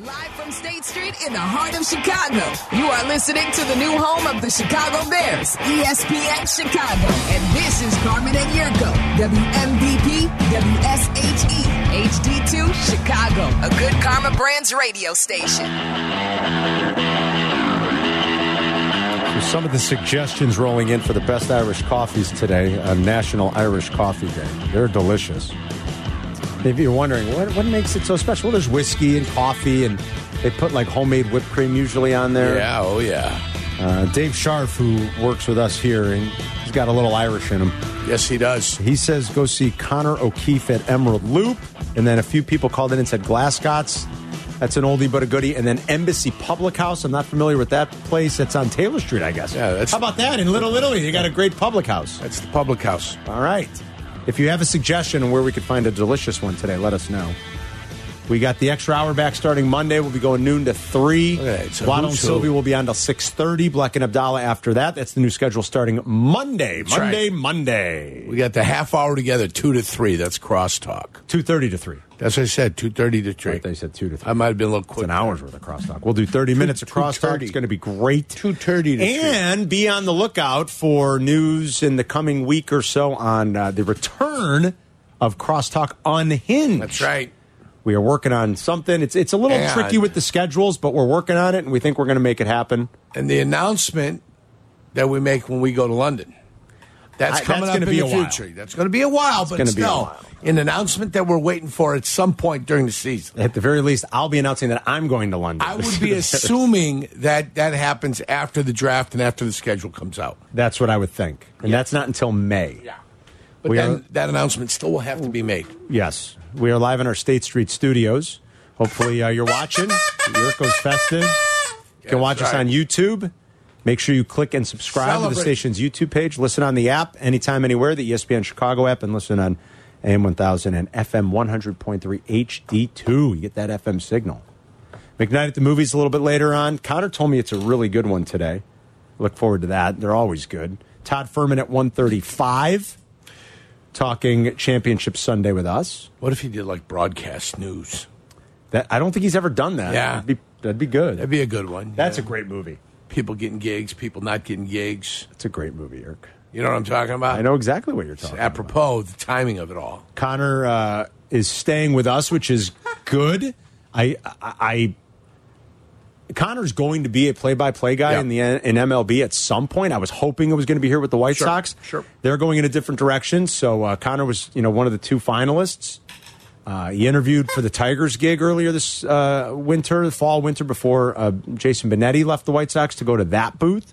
Live from State Street in the heart of Chicago, you are listening to the new home of the Chicago Bears, E ESPN Chicago. And this is Carmen and Yurko, WMVP, WSHE, HD2, Chicago, a good Karma Brands radio station. Some of the suggestions rolling in for the best Irish coffees today on National Irish Coffee Day. They're delicious. If you're wondering what, what makes it so special, well, there's whiskey and coffee, and they put like homemade whipped cream usually on there. Yeah, oh yeah. Uh, Dave Sharf, who works with us here, and he's got a little Irish in him. Yes, he does. He says go see Connor O'Keefe at Emerald Loop, and then a few people called in and said Glasgott's. That's an oldie but a goodie, and then Embassy Public House. I'm not familiar with that place. That's on Taylor Street, I guess. Yeah, that's- how about that in Little Italy? They got a great public house. That's the public house. All right. If you have a suggestion on where we could find a delicious one today, let us know. We got the extra hour back starting Monday. We'll be going noon to three. Look at that. It's a Waddle and who's who. Sylvie will be on till six thirty. Black and Abdallah after that. That's the new schedule starting Monday. right. Monday, Monday. We got the half hour together, two to three. That's crosstalk. Two thirty to three. That's what I said, two thirty to three. Right, they said two to three. I might have been a little It's quick. an hour's worth of crosstalk. We'll do 30 minutes of crosstalk. 2:30. It's going to be great. 2:30 to And be on the lookout for news in the coming week or so on uh, the return of Crosstalk Unhinged. That's right. We are working on something. It's it's a little And- tricky with the schedules, but we're working on it and we think we're going to make it happen. And the announcement that we make when we go to London. That's I- coming that's up gonna in be the a while. future. That's going to be a while, but gonna be a still, while. an announcement that we're waiting for at some point during the season. At the very least, I'll be announcing that I'm going to London. I would be assuming that that happens after the draft and after the schedule comes out. that's what I would think. And that's not until May. But We then are- that announcement still will have to be made. Yes. We are live in our State Street studios. Hopefully, uh, you're watching. Yurko's Festive. You can That's watch us right. on YouTube. Make sure you click and subscribe to the Celebrate. station's YouTube page. Listen on the app anytime, anywhere, the E ESPN Chicago app, and listen on AM 1000 and FM 100.3 HD2. You get that FM signal. McKnight at the movies a little bit later on. Connor told me it's a really good one today. Look forward to that. They're always good. Todd Furman at 135 talking championship Sunday with us. What if he did like broadcast news? That I don't think he's ever done that. Yeah. that'd be, that'd be good. That'd be a good one. That's Yeah. a great movie. people getting gigs, people not getting gigs. It's a great movie, Eric. You know what I'm talking about? I know exactly what you're talking. about. Apropos the timing of it all. Connor uh, is staying with us, which is good. I, I, I Connor's going to be a play-by-play guy Yeah. in the in MLB at some point. I was hoping it was going to be here with the White Sure, Sox. sure. they're going in a different direction. So uh, Connor was, you know, one of the two finalists. Uh, he interviewed for the Tigers gig earlier this uh, winter, the fall winter before uh, Jason Benetti left the White Sox to go to that booth.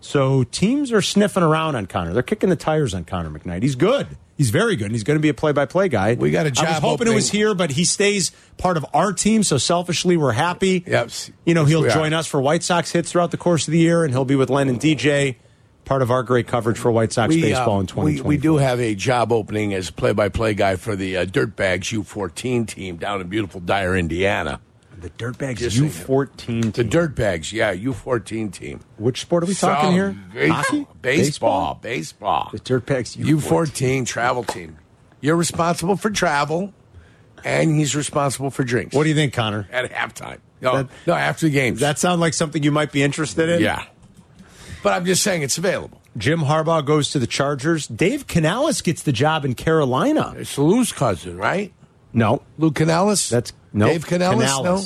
So teams are sniffing around on Connor. They're kicking the tires on Connor McKnight. He's good. He's very good. And he's going to be a play-by-play guy. We got a I job was hoping it was opening. here, but he stays part of our team. So selfishly, we're happy. Yep. You know, he'll We are. join us for White Sox hits throughout the course of the year, and he'll be with Len and DJ, part of our great coverage for White Sox We, uh, baseball in we, 2020. we do have a job opening as play-by-play guy for the uh, Dirtbags U14 team down in beautiful Dyer, Indiana. the Dirtbags Just saying. U14 The team. Dirtbags, yeah, U14 team. Which sport are we talking So, here? Baseball, Hockey? baseball, baseball. The Dirtbags U14 travel team. You're responsible for travel, and he's responsible for drinks. What do you think, Connor? at halftime? No, That- no, after the games. Does that sound like something you might be interested in? yeah. But I'm just saying it's available. Jim Harbaugh goes to the Chargers. Dave Canales gets the job in Carolina. It's Lou's cousin, right? No, Lou Canales. that's no Dave Canales. No.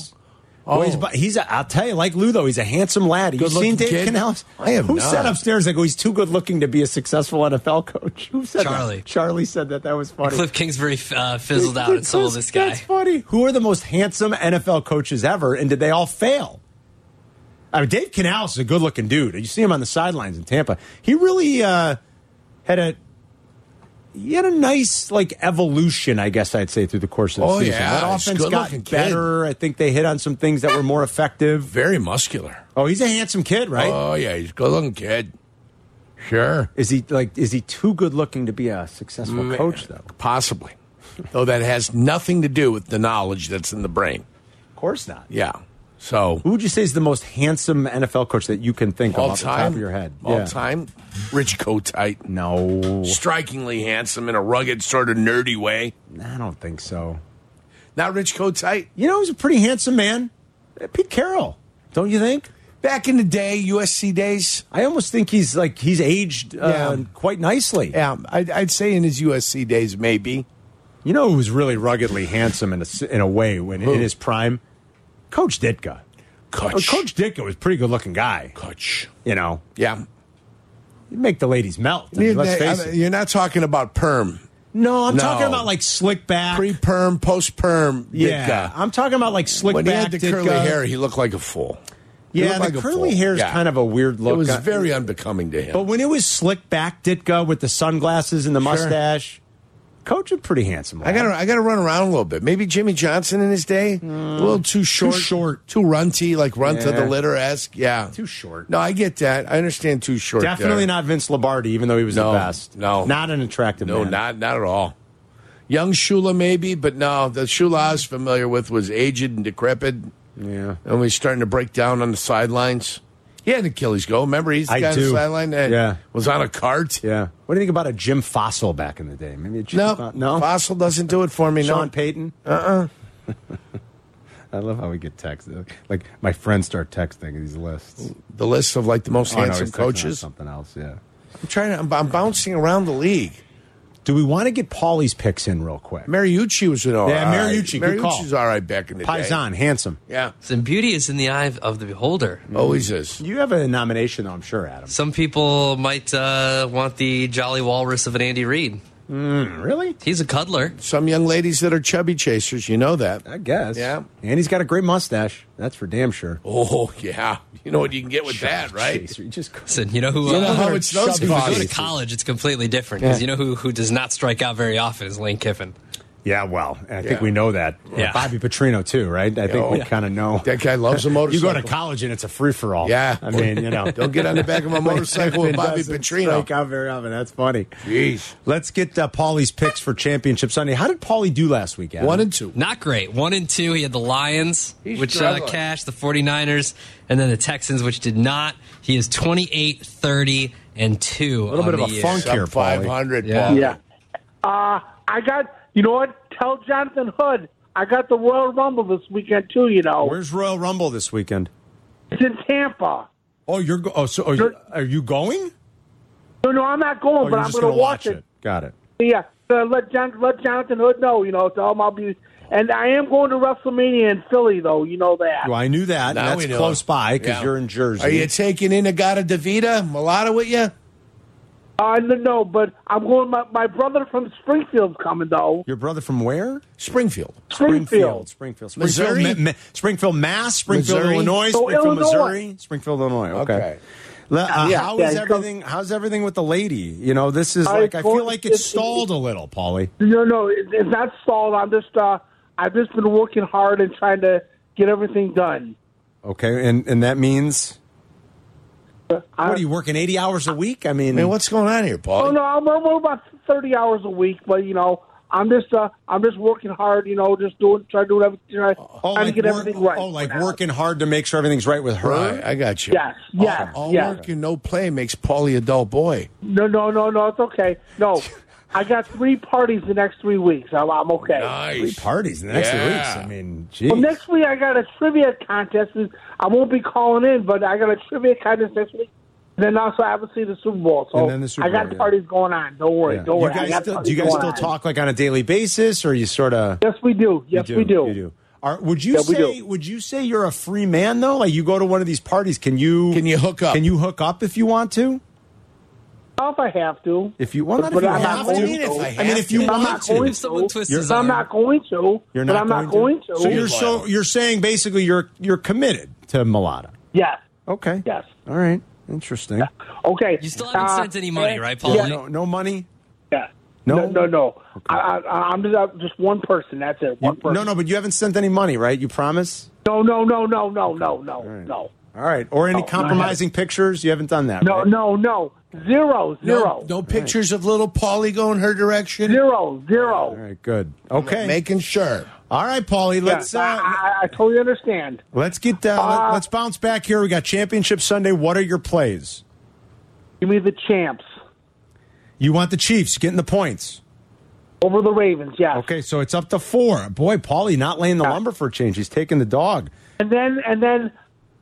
Oh, Oh. he's, bu- he's a, I'll tell you, like Lou though, he's a handsome lad. You've Good-looking seen Dave kid? Canales? I have Who not. said upstairs? I go, he's too good looking to be a successful NFL coach. Who said that? Charlie. Charlie said that. That was funny. Cliff Kingsbury uh, fizzled out and sold this guy. That's funny. Who are the most handsome NFL coaches ever, and did they all fail? I mean, Dave Canales is a good-looking dude. You see him on the sidelines in Tampa. He really uh, had a he had a nice like evolution, I guess I'd say, through the course of the Oh, season. yeah. that He's a offense good-looking got kid. better. I think they hit on some things that were more effective. Very muscular. Oh, he's a handsome kid, right? Oh yeah, he's a good-looking kid. Sure. is he like is he too good-looking to be a successful coach though? Of Mm, Possibly. Though that has nothing to do with the knowledge that's in the brain. course not. Yeah. So Who would you say is the most handsome NFL coach that you can think of all off the top time, of your head? all Yeah. time, Rich Kotite, No, strikingly handsome in a rugged, sort of nerdy way. I don't think so. Not Rich Kotite. You know, he's a pretty handsome man. Uh, Pete Carroll, don't you think? Back in the day, USC days. I almost think he's like he's aged Yeah. uh, quite nicely. Yeah, I'd, I'd say in his USC days, maybe. You know who was really ruggedly handsome in a, s- in a way when Who? in his prime? Coach Ditka. Uh, Kutch. Coach Ditka was a pretty good looking guy. Kutch. You know, Yeah. he'd make the ladies melt. I mean, let's face it. You're not talking about perm. No, I'm No. talking about like slick back. Pre perm, post perm. yeah, I'm talking about like slick When he had back. the Ditka. curly hair, he looked like a fool. He yeah, looked the like a curly fool. hair is Yeah. kind of a weird look. It was Uh, very unbecoming to him. But when it was slick back Ditka with the sunglasses and the Sure. mustache, Coach was pretty handsome. I got to I got to run around a little bit. Maybe Jimmy Johnson in his day, a little Mm. too short, short. too runty, like run to Yeah. the litter esque. Yeah, Too short. No, I get that. I understand too short. Definitely there. not Vince Lombardi, even though he was No, the best. no. not an attractive. No, man. not not at all. Young Shula maybe, but no, the Shula I was familiar with was aged and decrepit, Yeah. and was starting to break down on the sidelines. He had an Achilles go. Remember, he's the I guy on the do. sideline that Yeah. was on a cart. Yeah. What do you think about a Jim Fossil back in the day? Maybe a Jim No, Fo- no. Fossil doesn't do it for me. Uh-uh. Sean no, Payton. Uh uh I love how we get texts. Like my friends start texting these lists. the list of like the most Oh, no, handsome he's texting on coaches. Something else. Yeah. I'm trying to. I'm, I'm bouncing around the league. Do we want to get Paulie's picks in real quick? Mariucci was an all right. Yeah, Mariucci, good call. Mariucci's all right back in the day. Paisan, handsome. Yeah, Oh, So beauty is in the eye of- of the beholder. always is. You have a nomination, though, I'm sure, Adam. Some people might uh, want the jolly walrus of an Andy Reid. Hmm, Really? He's a cuddler. Some young ladies that are chubby chasers, you know that. I guess. Yeah. And he's got a great mustache. That's for damn sure. Oh yeah, you know what you can get with that, right? Jeez, you just Listen, you know who? You know uh, how much those if you go to cost. college, it's completely different because you know who who does not strike out very often is Lane Kiffin. Yeah, well, and I Yeah. think we know that. Yeah. Bobby Petrino too, right? I think Oh, we yeah. kind of know. That guy loves a You motorcycle. go to college and it's a free for all. Yeah. I mean, you know, Don't get on the back of a motorcycle with It Bobby doesn't Petrino. strike out very often. That's funny. Jeez, Let's get uh, Paulie's picks for Championship Sunday. How did Paulie do last week? Adam? one and two. Not great. One and two. He had the Lions, He's which uh, struggling. cashed, the 49ers, and then the Texans, which did not. He is 28, 30, and 2. A little bit of a funk Sub here, five Paulie. hundred. Yeah. Paul. Yeah. Uh, I got, you know what? Tell Jonathan Hood I got the Royal Rumble this weekend, too, you know. Where's Royal Rumble this weekend? it's in Tampa. Oh, you're go- oh, so are you, are you going? No, no, I'm not going, Oh, but you're I'm just going to gonna watch it. it. Got it. Yeah, so let John, let Jonathan Hood know, you know, to all my beauties. And I am going to WrestleMania in Philly, though. You know that. Well, I knew that. Now and we that's know. close by because Yeah. you're in Jersey. Are you taking in Agata Davita Mulata with you? Uh, no, no, but I'm going. My, my brother from Springfield's coming, though. Your brother from where? Springfield. Springfield. Springfield, Springfield, Missouri? Springfield, Ma- Ma- Springfield, Mass, Springfield, Missouri? Illinois, Oh, Springfield, Illinois. Missouri, Springfield, Illinois. Okay. Okay. Le- uh, Yeah, how yeah, is so- everything? How's everything with the lady? You know, this is I- like I feel well, like it's it- stalled a little, Paulie. No, no, it, it's not stalled. I'm just, uh, I've just been working hard and trying to get everything done. Okay, and and that means I, what are you working eighty hours a week? I mean, I mean, what's going on here, Paul? Oh no, I'm, I'm about thirty hours a week, but you know, I'm just uh, I'm just working hard, you know, just doing try to do everything, try, trying oh, like to get work- everything right. Oh, like for now. working hard to make sure everything's right with her. Right, I got you. Yes, yes, All, all yes. work and no play makes Paulie a dull boy. No, no, no, no, it's okay. No, I got three parties the next three weeks. I'm, I'm okay. Three parties in the next Yeah. few weeks. I mean, geez. Well, next week I got a trivia contest. and I won't be calling in, but I got a trivia contest next week. Then also, obviously, the Super Bowl. So And then the Super I got Bowl, yeah. parties going on. Don't worry. Yeah. Don't you worry. I guys got still, do parties you guys going still on. talk like on a daily basis, or you sort of? Yes, we do. Yes, we do. You do. Are, would you Yeah, we say do. would you say you're a free man though? Like you go to one of these parties, can you Can you hook up? Can you hook up if you want to? Oh, If I have to. If you well, not if But you I'm not have to. going mean, to. if, I mean, if you If I'm not want going to. If someone to, twists You're- his I'm arm. not going to. You're but I'm not not going to. So you're so you're saying basically you're you're committed to Mulata. yes. Okay. Yes. All right. Interesting. Oh, Okay. You still haven't Uh, sent any money, yeah, right, Paul? Yeah. No, no money. yeah. No? No. No. no. I, I, I'm just, I'm just one person. That's it. One person. No, no. But you haven't sent any money, right? You promise. No. No. No. No. No. No. No. No. All right. Or any No, compromising pictures? You haven't done that. No. right? No. No. Zero. Oh, Zero. No, no pictures of little Paulie going her direction. Zero. Zero. All right. Good. Okay. Making sure. All right, Paulie. Yeah, Let's. I, Uh, I, I totally understand. Let's get down. Uh, let, us bounce back here. We got Championship Sunday. What are your plays? Give me the champs. You want the Chiefs getting the points. Over the Ravens, yes. Okay, so it's up to four. Boy, Paulie not laying the lumber for a change. He's taking the dog. And then and then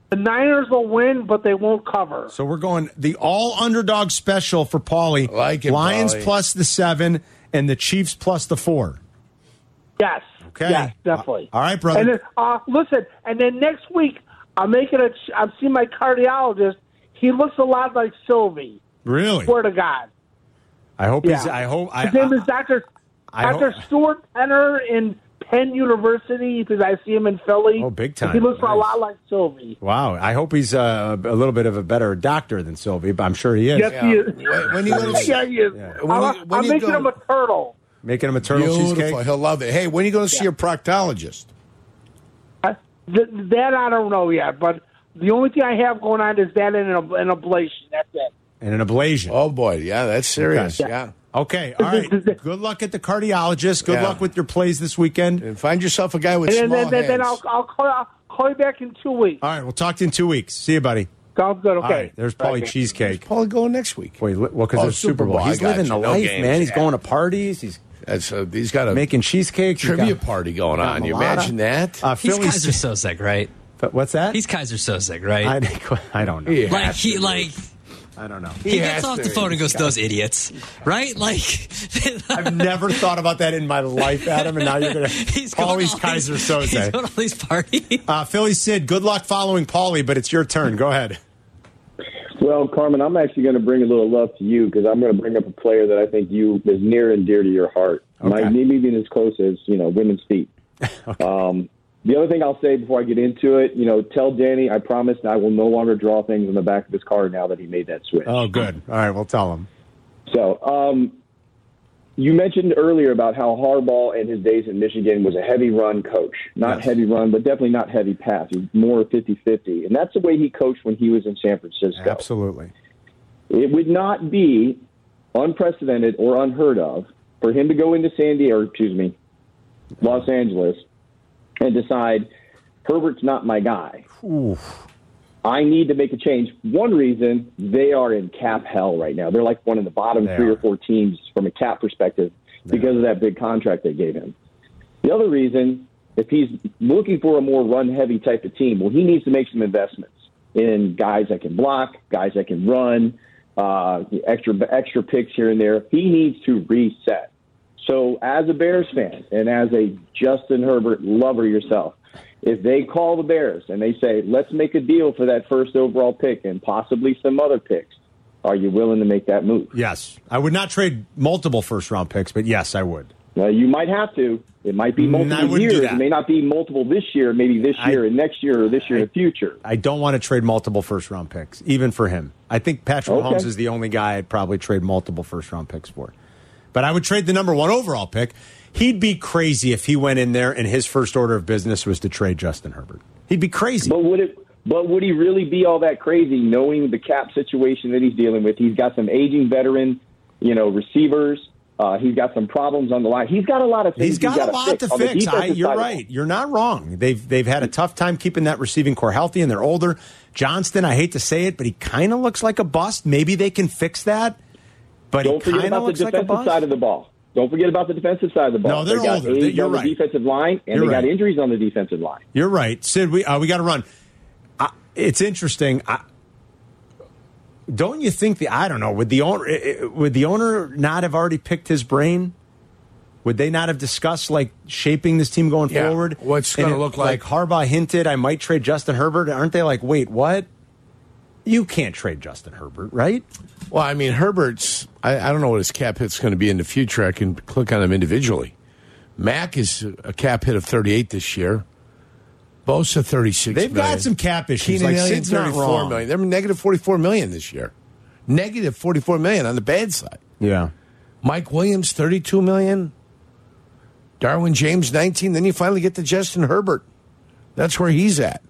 the Niners will win, but they won't cover. So we're going the all underdog special for Paulie. Like it, Lions Paulie. plus the seven and the Chiefs plus the four. Yes. Okay. Yes, definitely. Uh, all right, brother. And then, uh, listen, and then next week I'm making a. ch- I'm seeing my cardiologist. He looks a lot like Sylvie. Really? Swear to God. I hope Yeah. he's. I hope. I, His name is I, Doctor I Doctor hope- Stuart Penner in Penn University because I see him in Philly. Oh, big time. He looks a Nice. lot like Sylvie. wow. I hope he's uh, a little bit of a better doctor than Sylvie, but I'm sure he is. Yes, he is. When- when you go to- yeah, he is. When I'm, you- when I'm you making go- him a turtle. Making him a turtle Beautiful. cheesecake. He'll love it. Hey, when are you going to see Yeah. your proctologist? I- th- that I don't know yet, but the only thing I have going on is that and an, an ablation. That's it. and an ablation. Oh boy, yeah, that's serious. Okay. Yeah. Okay, all right. Good luck at the cardiologist. Good Yeah. luck with your plays this weekend. And find yourself a guy with And then, small then, then, then hands. I'll, I'll, call, I'll call you back in two weeks. All right, we'll talk to you in two weeks. See you, buddy. Sounds good. Okay. All right, there's Paulie Cheesecake. Probably go next week. Wait, li- well, because Oh, there's Super Bowl. I He's got living you. the No life, games. man. He's Yeah. going to parties. He's That's uh, he's got a making cheesecake. He's trivia got- party going on. You Milata. imagine that? Uh, He's Philly's, Kaiser Sosek, right? but what's that? He's Kaiser Sosek, right? I, I don't know. Yeah. like he like I don't know. he, has gets off to the be. phone and goes, "Those idiots," right? Like I've never thought about that in my life, Adam. And now you're gonna. he's going Paulie's to all Kaiser these- He's Soze. going to all these parties. Uh, Philly Sid, good luck following Paulie, but it's your turn. Go ahead. Well, Carmen, I'm actually going to bring a little love to you because I'm going to bring up a player that I think you is near and dear to your heart. Might Okay. maybe even as close as you know women's feet. um, the other thing I'll say before I get into it, you know, tell Danny I promise I will no longer draw things on the back of his car now that he made that switch. Oh, good. All right, we'll tell him. So, um, you mentioned earlier about how Harbaugh in his days in Michigan was a heavy run coach. Not Yes. heavy run, but definitely not heavy pass. He was more 50 50. And that's the way he coached when he was in San Francisco. Absolutely. It would not be unprecedented or unheard of for him to go into San Diego, or excuse me, Los Angeles, and decide Herbert's not my guy. I need to make a change. One reason they are in cap hell right now. They're like one of the bottom They three are. or four teams from a cap perspective because of that big contract they gave him. The other reason, if he's looking for a more run heavy type of team, well, he needs to make some investments in guys that can block, guys that can run, uh, extra extra picks here and there. He needs to reset. So, as a Bears fan and as a Justin Herbert lover yourself, if they call the Bears and they say, "Let's make a deal for that first overall pick and possibly some other picks," are you willing to make that move? Yes, I would not trade multiple first round picks, but yes, I would. Well, you might have to. It might be Mm, I multiple wouldn't do years. that. It may not be multiple this year, maybe this I- year and next year or this year in the future. I don't want to trade multiple first round picks, even for him. I think Patrick Okay. Mahomes is the only guy I'd probably trade multiple first round picks for. But I would trade the number one overall pick. He'd be crazy if he went in there and his first order of business was to trade Justin Herbert. He'd be crazy. But would it? But would he really be all that crazy, knowing the cap situation that he's dealing with? He's got some aging veteran, you know, receivers. Uh, he's got some problems on the line. He's got a lot of things. He's got, a gotta lot to On the fix. I, defensive you're side of- right. You're not wrong. They've they've had a tough time keeping that receiving core healthy, and they're older. Johnston, I hate to say it, but he kind of looks like a bust. Maybe they can fix that. But Don't he forget kind of about the looks like a defensive bust. side of the ball. Don't forget about the defensive side of the ball. No, they're they got older. age They- you're on the right. defensive line, and You're they got right. injuries on the defensive line. You're right, Sid. We uh, we got to run. I, it's interesting. I, don't you think the I don't know would the owner eh, eh, would the owner not have already picked his brain? Would they not have discussed like shaping this team going Yeah. forward? What's And gonna if, look like- Harbaugh hinted, I might trade Justin Herbert. Aren't they like, wait, what? You can't trade Justin Herbert, right? Well, I mean, Herbert's. I, I don't know what his cap hit's going to be in the future. I can click on them individually. Mac is a cap hit of 38 this year. Bosa 36. They've got million. some cap issues, Keenan like Elliott, Sid's not 34 wrong. million. They're negative 44 million this year. Negative 44 million on the bad side. Yeah. Mike Williams 32 million. Darwin James 19. Then you finally get to Justin Herbert. That's where he's at.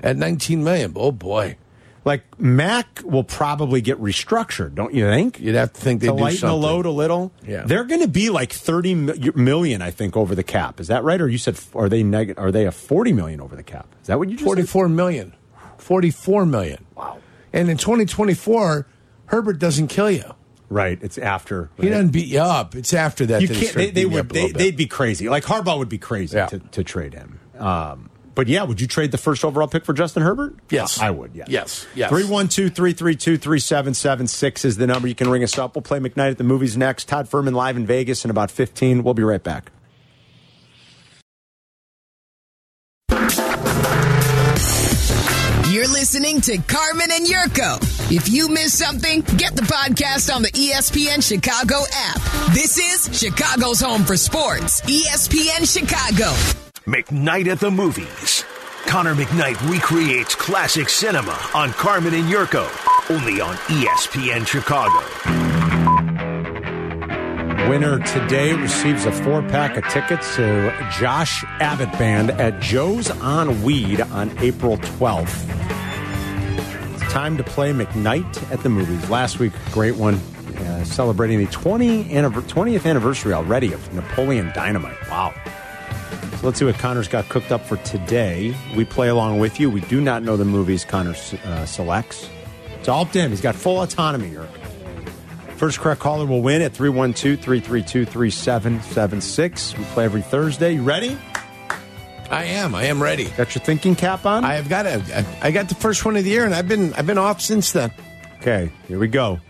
At 19 million. Oh boy. Like Mac will probably get restructured, don't you think? You'd have to think they to do lighten something. the load a little. Yeah. they're going to be like thirty mi- million, I think, over the cap. Is that right? Or you said f- are they neg- Are they a forty million over the cap? Is that what you just? said? 44 million. 44 million. Wow. And in 2024, Herbert doesn't kill you. Right. It's after. He right? doesn't beat you up. It's after that. You that he can't. started They, they beating you would. up a little They, bit. they'd be crazy. Like Harbaugh would be crazy Yeah. to, to trade him. Um, but yeah, would you trade the first overall pick for Justin Herbert? Yes. I I would. Yes. Yes, yes. Three one two three three two three seven seven six is the number you can ring us up. We'll play McKnight at the movies next. Todd Furman live in Vegas in about fifteen. We'll be right back. You're listening to Carmen and Yurko. If you miss something, get the podcast on the E ESPN Chicago app. This is Chicago's home for sports. E ESPN Chicago. McKnight at the Movies. Connor McKnight recreates classic cinema on Carmen and Yurko, only on E ESPN Chicago. Winner today receives a four pack of tickets to Josh Abbott Band at Joe's on Weed on April 12th. It's time to play McKnight at the movies. Last week, great one, uh, celebrating the 20 anniver- 20th anniversary already of Napoleon Dynamite. Wow. So let's see what Connor's got cooked up for today. We play along with you. We do not know the movies Connor uh, selects. It's all up to him. He's got full autonomy, Eric. First correct caller will win at 312 332 3776. We play every Thursday. You ready? I am. I am ready. Got your thinking cap on? I have got a. I- I got the first one of the year, and I've been I've been off since then. okay, here we go.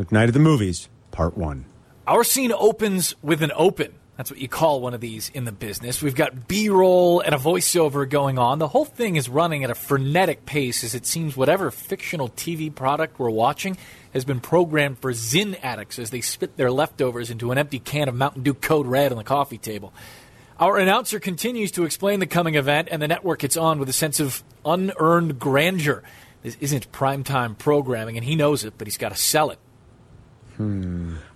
McKnight of the Movies, Part 1. Our scene opens with an open. That's what you call one of these in the business. We've got B roll and a voiceover going on. The whole thing is running at a frenetic pace as it seems whatever fictional TV product we're watching has been programmed for Zin addicts as they spit their leftovers into an empty can of Mountain Dew Code Red on the coffee table. Our announcer continues to explain the coming event, and the network gets on with a sense of unearned grandeur. This isn't primetime programming, and he knows it, but he's got to sell it.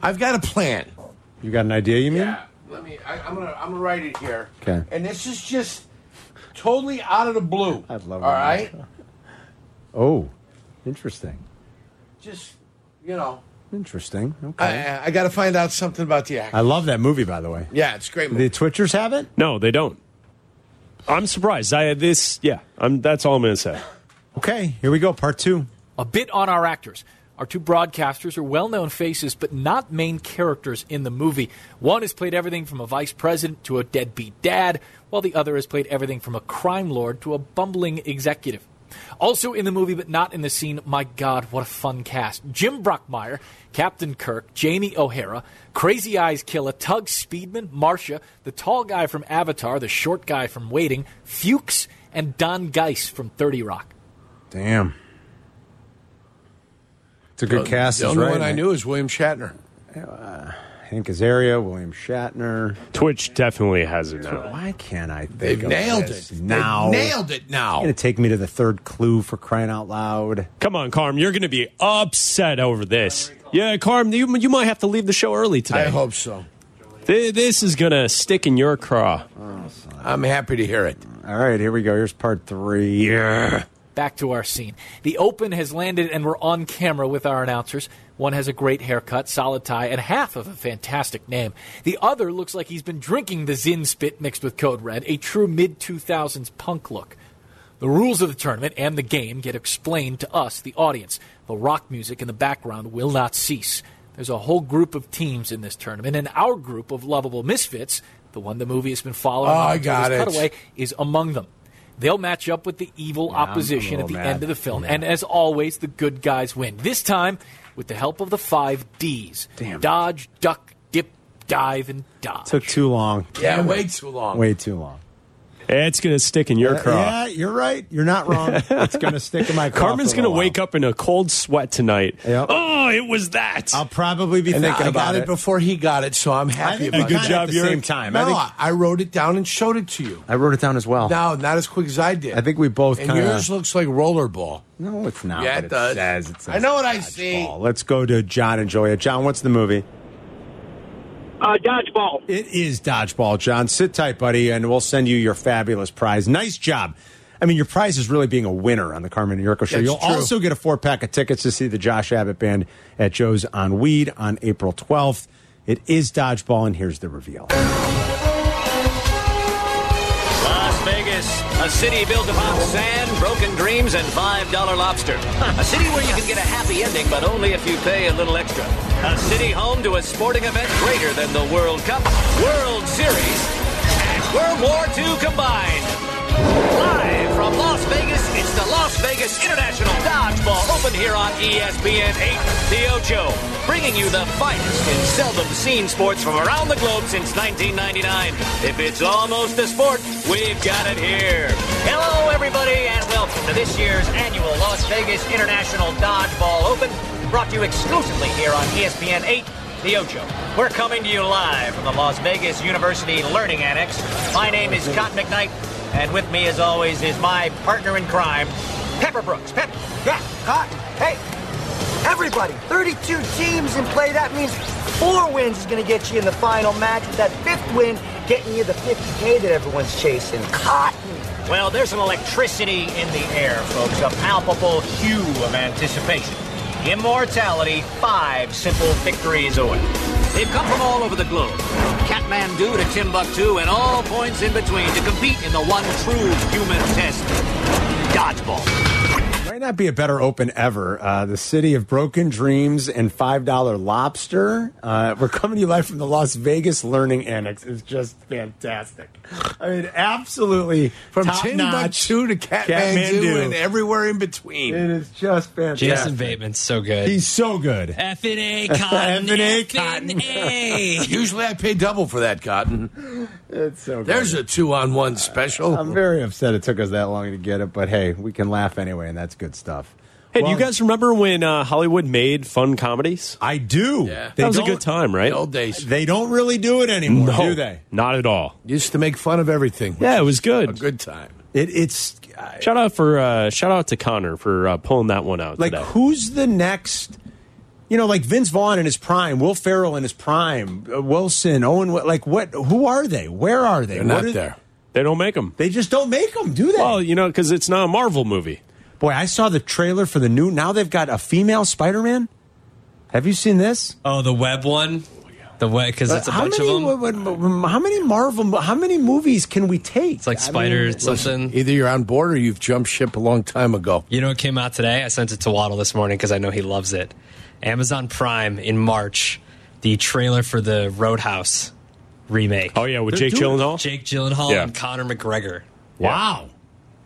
I've got a plan. You got an idea, you mean? Let me. I, I'm gonna. I'm gonna write it here. 'Kay. And this is just totally out of the blue. I'd love All that. right. Oh, interesting. Just you know. Interesting. Okay. I, I got to find out something about the I, actor. love that movie, by the way. Yeah, it's a great. The Movie. Twitchers have it? No, they don't. I'm surprised. I this yeah. I'm that's all I'm gonna say. Okay, here we go. Part 2. A bit on our actors. Our two broadcasters are well known faces, but not main characters in the movie. One has played everything from a vice president to a deadbeat dad, while the other has played everything from a crime lord to a bumbling executive. Also in the movie, but not in the scene, my God, what a fun cast. Jim Brockmeyer, Captain Kirk, Jamie O'Hara, Crazy Eyes Killer, Tug Speedman, Marcia, the tall guy from Avatar, the short guy from Waiting, Fuchs, and Don Geiss from 30 Rock. Damn. It's a good cast. The is only right. one I knew is William Shatner. Hank Azaria, William Shatner. Twitch definitely has it now. Why can't I think They've of nailed this it. now? They've nailed it now. going to take me to the third clue for crying out loud. Come on, Carm, you're gonna be upset over this. Yeah, Carm, you you might have to leave the show early I today. hope so. Th- this is gonna stick in your craw. I'm happy to hear it. All right, here we go. Here's part three. Yeah. Back to our scene. The open has landed, and we're on camera with our announcers. One has a great haircut, solid tie, and half of a fantastic name. The other looks like he's been drinking the Zin spit mixed with Code Red, a true mid 2000s punk look. The rules of the tournament and the game get explained to us, the audience. The rock music in the background will not cease. There's a whole group of teams in this tournament, and our group of lovable misfits, the one the movie has been following, Oh, up I until got this it. cutaway, is among them. They'll match up with the evil I'm a opposition at the little mad. end of the film, Yeah. and as always, the good guys win. This time, with the help of the five D's: Damn. dodge, duck, dip, dive, and dodge. Took too long. Yeah, way too long. Way too long. Uh, It's gonna stick in your craw. Yeah, you're right. You're not wrong. it's going to stick in my craw Carmen's for a gonna while. wake up in a cold sweat tonight. Yep. Oh, it was that. I'll probably be And thinking I about got it. before he got it, so I'm I happy think about we it. Good got it job, at the Yuri. same time. No, I, I, think, wrote it down and showed it to you. I wrote it down as well. No, not as quick as I did. I think we both And kinda- yours looks like rollerball. No, it's not. Yeah, what it does. says. It says I know what I dodgeball. see. Let's go to John and Julia. John, what's the movie? Uh, dodgeball. It is dodgeball, John. Sit tight, buddy, and we'll send you your fabulous prize. Nice job. I mean, your prize is really being a winner on the Carmen and Yurko show. That's You'll true. also get a four pack of tickets to see the Josh Abbott band at Joe's on Weed on April 12th. It is dodgeball, and here's the reveal. Las Vegas, a A city built upon sand, broken dreams, and $5 lobster. A city where you can get a happy ending, but only if you pay a little extra. A city home to a sporting event greater than the World Cup, World Series, and World War II combined. Live from Las Vegas, it's the Las Vegas International Dodgeball Open here on E ESPN 8. The Ocho, bringing you the finest and seldom seen sports from around the globe since 1999. If it's almost a sport, we've got it here. Hello, everybody, and welcome to this year's annual Las Vegas International Dodgeball Open, brought to you exclusively here on E ESPN 8. The Ocho. We're coming to you live from the Las Vegas University Learning Annex. My name is Cotton McKnight, and with me, as always, is my partner in crime, Pepper Brooks. Pep. Yeah, Cotton. Hey, everybody, 32 teams in play. That means four wins is going to get you in the final match, with that fifth win getting you the 50K that everyone's chasing. Cotton. Well, there's an electricity in the air, folks, a palpable hue of anticipation. Immortality, five simple victories away. They've come from all over the globe, from Kathmandu to Timbuktu and all points in between to compete in the one true human test, dodgeball. Might not be a better open ever. Uh, the city of broken dreams and five dollar lobster. Uh, we're coming to you live from the Las Vegas Learning Annex. It's just fantastic. I mean, absolutely From top Timbuktu to Kathmandu, and everywhere in between. It is just fantastic. Jason Bateman's so good. He's so good. F and A Cotton. F&A F and A. Usually I pay double for that cotton. It's so good. There's a two on one special. I'm very upset it took us that long to get it, but hey, we can laugh anyway, and that's good stuff. Hey, Well, do you guys remember when uh, Hollywood made fun comedies? I do. Yeah. They that was a don't- good time, right? The old days. They don't really do it anymore, No, do they? Not at all. Used to make fun of everything. which Yeah, it is was good. A good time. It, it's I- Shout out for uh, shout out to Connor for uh, pulling that one out like today. who's the next? You know, like Vince Vaughn in his prime, Will Ferrell in his prime, uh, Wilson, Owen. Wa- Like what? Who are they? Where are they? They're What not are- there. they don't make them. They just don't make them, do they? Well, you know, because it's not a Marvel movie. Boy, I saw the trailer for the new. Now they've got a female Spider-Man. Have you seen this? Uh, Oh, the web one. The web because it's a how bunch many, of them. what- what- what- how many Marvel? How many movies can we take? It's like spider something. Either you're on board or you've jumped ship a long time ago. You know what came out today? I sent it to Waddle this morning because I know he loves it. Amazon Prime in March, the trailer for the Roadhouse remake. Oh yeah, with They're Jake doing- Gyllenhaal. Jake Gyllenhaal Yeah. and Conor McGregor. Wow.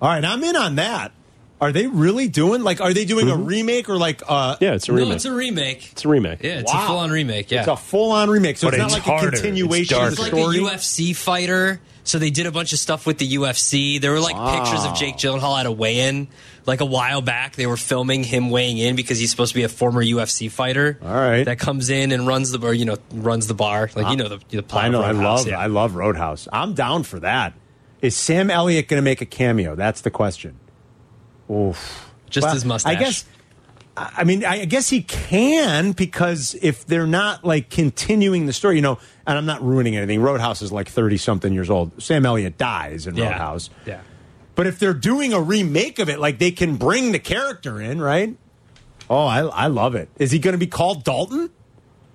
All right, I'm in on that. Are they really doing like? Are they doing a remake or like? Uh, Mm-hmm. yeah, it's a remake. No, it's it's, a a, remake. remake. Yeah, it's Wow. a full on remake. Yeah. It's a full-on remake, so But it's not it's like harder. a It's continuation of darker. the It's like story. a UFC fighter. So they did a bunch of stuff with the UFC. There were like pictures of Jake Gyllenhaal at a weigh-in, like a while back. They were filming him weighing in because he's supposed to be a former UFC fighter. All right. that comes in and runs the bar. You know, runs the bar. Like you know the the plot I of know. I Roadhouse, love. yeah. I love Roadhouse. I'm down for that. Is Sam Elliott going to make a cameo? That's the question. Oof. Just Well, his mustache. I guess. I I mean, I I guess he can because if they're not like continuing the story, you know, and I'm not ruining anything. Roadhouse is like thirty something years old. Sam Elliott dies in Yeah. Roadhouse. Yeah. But if they're doing a remake of it, like they can bring the character in, right? Oh, I, I love it. Is he going to be called Dalton?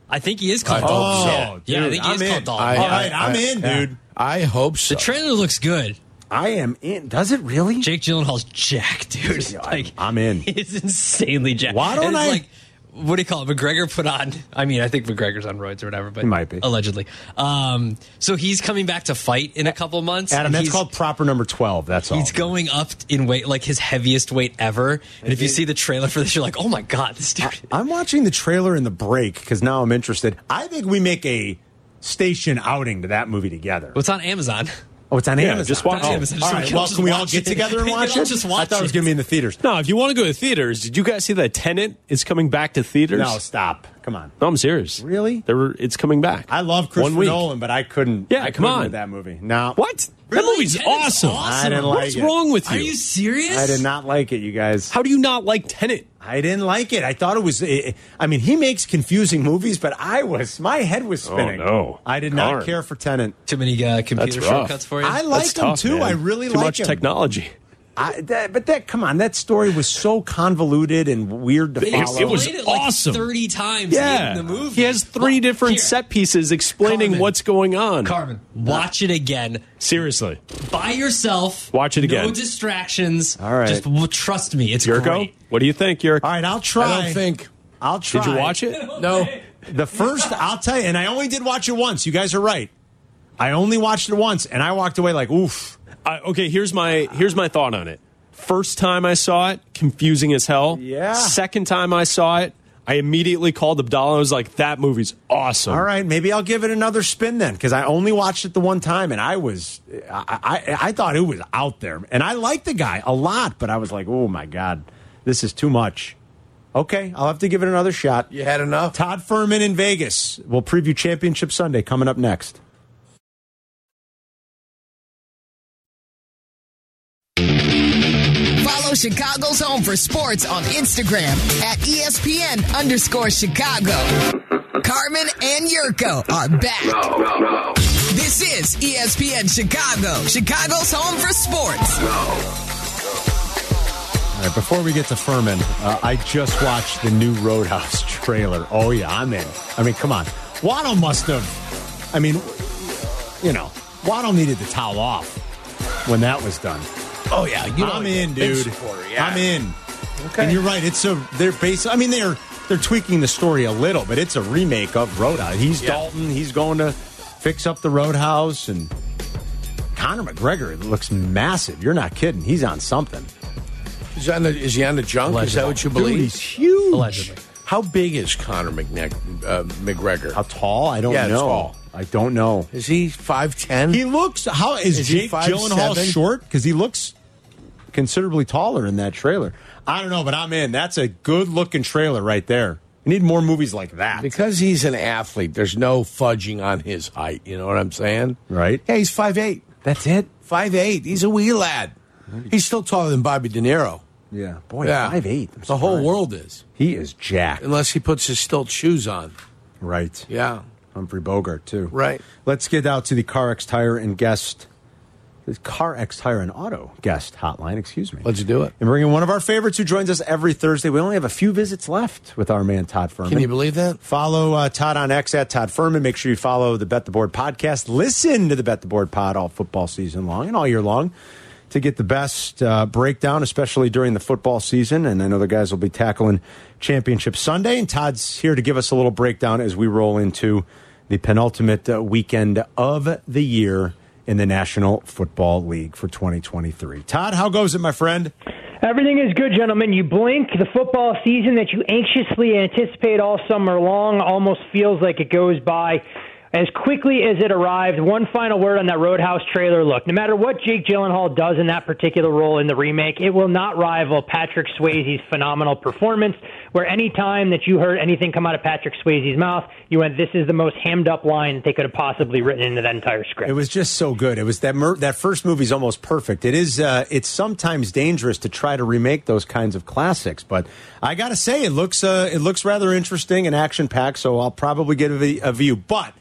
I think he is called I Dalton. hope so. yeah. Yeah, I dude, think he is I'm in. called Dalton. I- All Yeah. right, I'm I- in, yeah. dude. I hope so. the trailer looks good. I am in. Does it really? Jake Gyllenhaal's jacked, dude. Yeah, I'm- like I'm in. He's insanely jacked. Why don't And it's I- Like, what do you call it? McGregor put on. I mean, I think McGregor's on roids or whatever, but He might be. allegedly. Um, so he's coming back to fight in a couple months. Adam, and that's he's- called proper number 12. That's all. He's going up in weight, like his heaviest weight ever. And if you see the trailer for this, you're like, oh my god, this dude. I'm watching the trailer in the break because now I'm interested. I think we make a station outing to that movie together. What's on Amazon? Oh, it's on Yeah, Amazon. just watch Oh, it. Amazon. All So we right, can well, just can we all watch get it. together and We can watch all it? just I watch thought it was it. going to be in the theaters. No, if you want to go to theaters, did you guys see that Tenant is coming back to theaters? No, stop. Come on. No, I'm serious. Really? There were, it's coming back. I love Christopher One week. Nolan, but I couldn't. Yeah, I come couldn't on. with that movie. No, What? That Really? movie's Tenet's awesome. awesome. I didn't like What's it. wrong with you? Are you serious? I did not like it, you guys. How do you not like Tenant? I didn't like it. I thought it was. i I mean, he makes confusing movies, but I was. My head was spinning. Oh, no. I did not Darn. care for Tenant. Too many uh, That's computer rough. shortcuts for you. I like him too. I really Too like much him. technology. I, that, but that, come on, that story was so convoluted and weird to They follow. explained it like Thirty times Yeah. in the movie. He has three different set pieces explaining what's going on. Carmen, watch it again. Seriously. By yourself. Watch it again. No distractions. All right. Just w- trust me. It's Yurko, great. what do you think, Yurko? All right, I'll try. I don't think. I'll try. Did you watch it? No. The first, I'll tell you, and I only did watch it once. You guys are right. I only watched it once, and I walked away like, oof. I, okay, here's my here's my thought on it. First time I saw it, confusing as hell. Yeah. Second time I saw it, I immediately called Abdallah. I was like, "That movie's awesome." All right, maybe I'll give it another spin then, because I only watched it the one time, and I was, I, I, I thought it was out there, and I liked the guy a lot, but I was like, oh my god, this is too much. Okay, I'll have to give it another shot. You had enough? Todd Furman in Vegas. We'll preview Championship Sunday coming up next. Follow Chicago's Home for Sports on Instagram at E ESPN underscore Chicago. Carmen and Yurko are back. This is E ESPN Chicago, Chicago's Home for Sports. All right, before we get to Furman, uh, I just watched the new Roadhouse trailer. Oh yeah, I'm in. I mean, come on, Waddle must have. I mean, you know, Waddle needed to towel off when that was done. Oh yeah, you know I'm like in, the big dude. supporter, yeah. I'm in. Okay. And you're right. It's a they're based. I mean, they're they're tweaking the story a little, but it's a remake of Roadhouse. He's Dalton. He's going to fix up the Roadhouse and Conor McGregor looks massive. You're not kidding. He's on something. Is, on the, is he on the junk? Is that what you Dude, believe? he's huge. Allegedly. How big is Conor McNe- uh, McGregor? How tall? I don't Yeah, know. tall. I don't know. Is he five ten? He looks. How is, Is he Jake five Gyllenhaal seven? short? Because he looks considerably taller in that trailer. I don't know, but I'm in. That's a good looking trailer right there. We need more movies like that. because he's an athlete. There's no fudging on his height. You know what I'm saying? Right. Yeah, he's five eight. That's it. Five eight. He's a wee lad. He's still taller than Bobby De Niro. Yeah, boy, yeah, five eight. The whole world is, He is jacked. unless he puts his stilt shoes on. Right. Yeah. Humphrey Bogart too. Right. Let's get out to the Car X Tire and Guest, the Car X Tire and Auto Guest Hotline. Excuse me. Let's do it. and bring in one of our favorites who joins us every Thursday. We only have a few visits left with our man Todd Furman. Can you believe that? Follow uh, Todd on X at Todd Furman. Make sure you follow the Bet the Board podcast. Listen to the Bet the Board pod all football season long and all year long to get the best uh, breakdown, especially during the football season. And I know the guys will be tackling Championship Sunday. And Todd's here to give us a little breakdown as we roll into the penultimate uh, weekend of the year in the National Football League for 2023. Todd, how goes it, my friend? Everything is good, gentlemen. You blink, the football season that you anxiously anticipate all summer long almost feels like it goes by as quickly as it arrived. One final word on that Roadhouse trailer look. No matter what Jake Gyllenhaal does in that particular role in the remake, it will not rival Patrick Swayze's phenomenal performance, where any time that you heard anything come out of Patrick Swayze's mouth, you went, this is the most hammed up line that they could have possibly written into that entire script. It was just so good. It was that mer- that first movie's almost perfect. It is. Uh, it's sometimes dangerous to try to remake those kinds of classics, but I gotta say, it looks uh, it looks rather interesting and action packed. So I'll probably get a vi- a view. But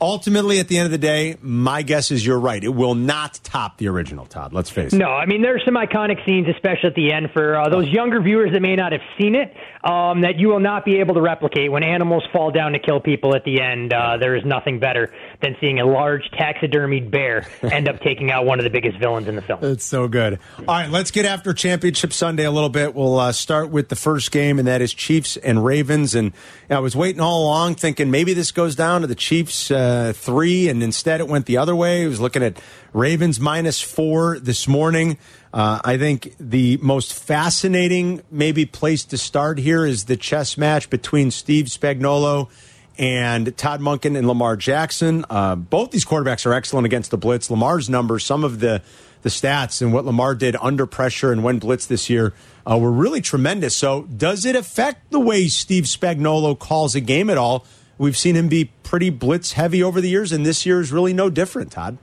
ultimately, at the end of the day, my guess is you're right. It will not top the original. Todd, let's face it. No, I mean there's some iconic scenes, especially at the end, for uh, those younger viewers that may not have seen it, um, that you will not be able to replicate. When animals fall down to kill people at the end, uh, there is nothing better than seeing a large taxidermied bear end up taking out one of the biggest villains in the film. It's so good. All right, let's get after Championship Sunday a little bit. We'll uh, start with the first game, and that is Chiefs and Ravens. And I was waiting all along, thinking maybe this goes down to the Chiefs uh, three, and instead it went the other way. I was looking at Ravens minus four this morning. Uh, I think the most fascinating, maybe place to start here is the chess match between Steve Spagnolo and Todd Munkin and Lamar Jackson. Uh, both these quarterbacks are excellent against the blitz. Lamar's numbers, some of the the stats and what Lamar did under pressure and when blitz this year uh, were really tremendous. So, does it affect the way Steve Spagnuolo calls a game at all? We've seen him be pretty blitz heavy over the years, and this year is really no different. Todd,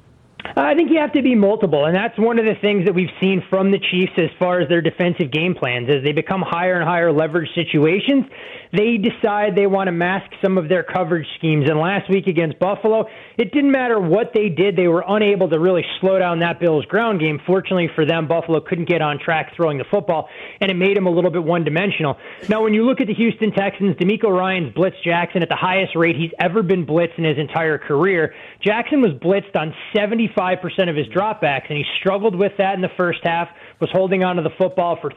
I think you have to be multiple, and that's one of the things that we've seen from the Chiefs as far as their defensive game plans. As they become higher and higher leverage situations, they decide they want to mask some of their coverage schemes. And last week against Buffalo, it didn't matter what they did; they were unable to really slow down that Bills ground game. Fortunately for them, Buffalo couldn't get on track throwing the football, and it made them a little bit one-dimensional. Now, when you look at the Houston Texans, D'Amico Ryan's blitz Jackson at the highest rate he's ever been blitzed in his entire career. Jackson was blitzed on 75% of his dropbacks, and he struggled with that in the first half, was holding onto the football for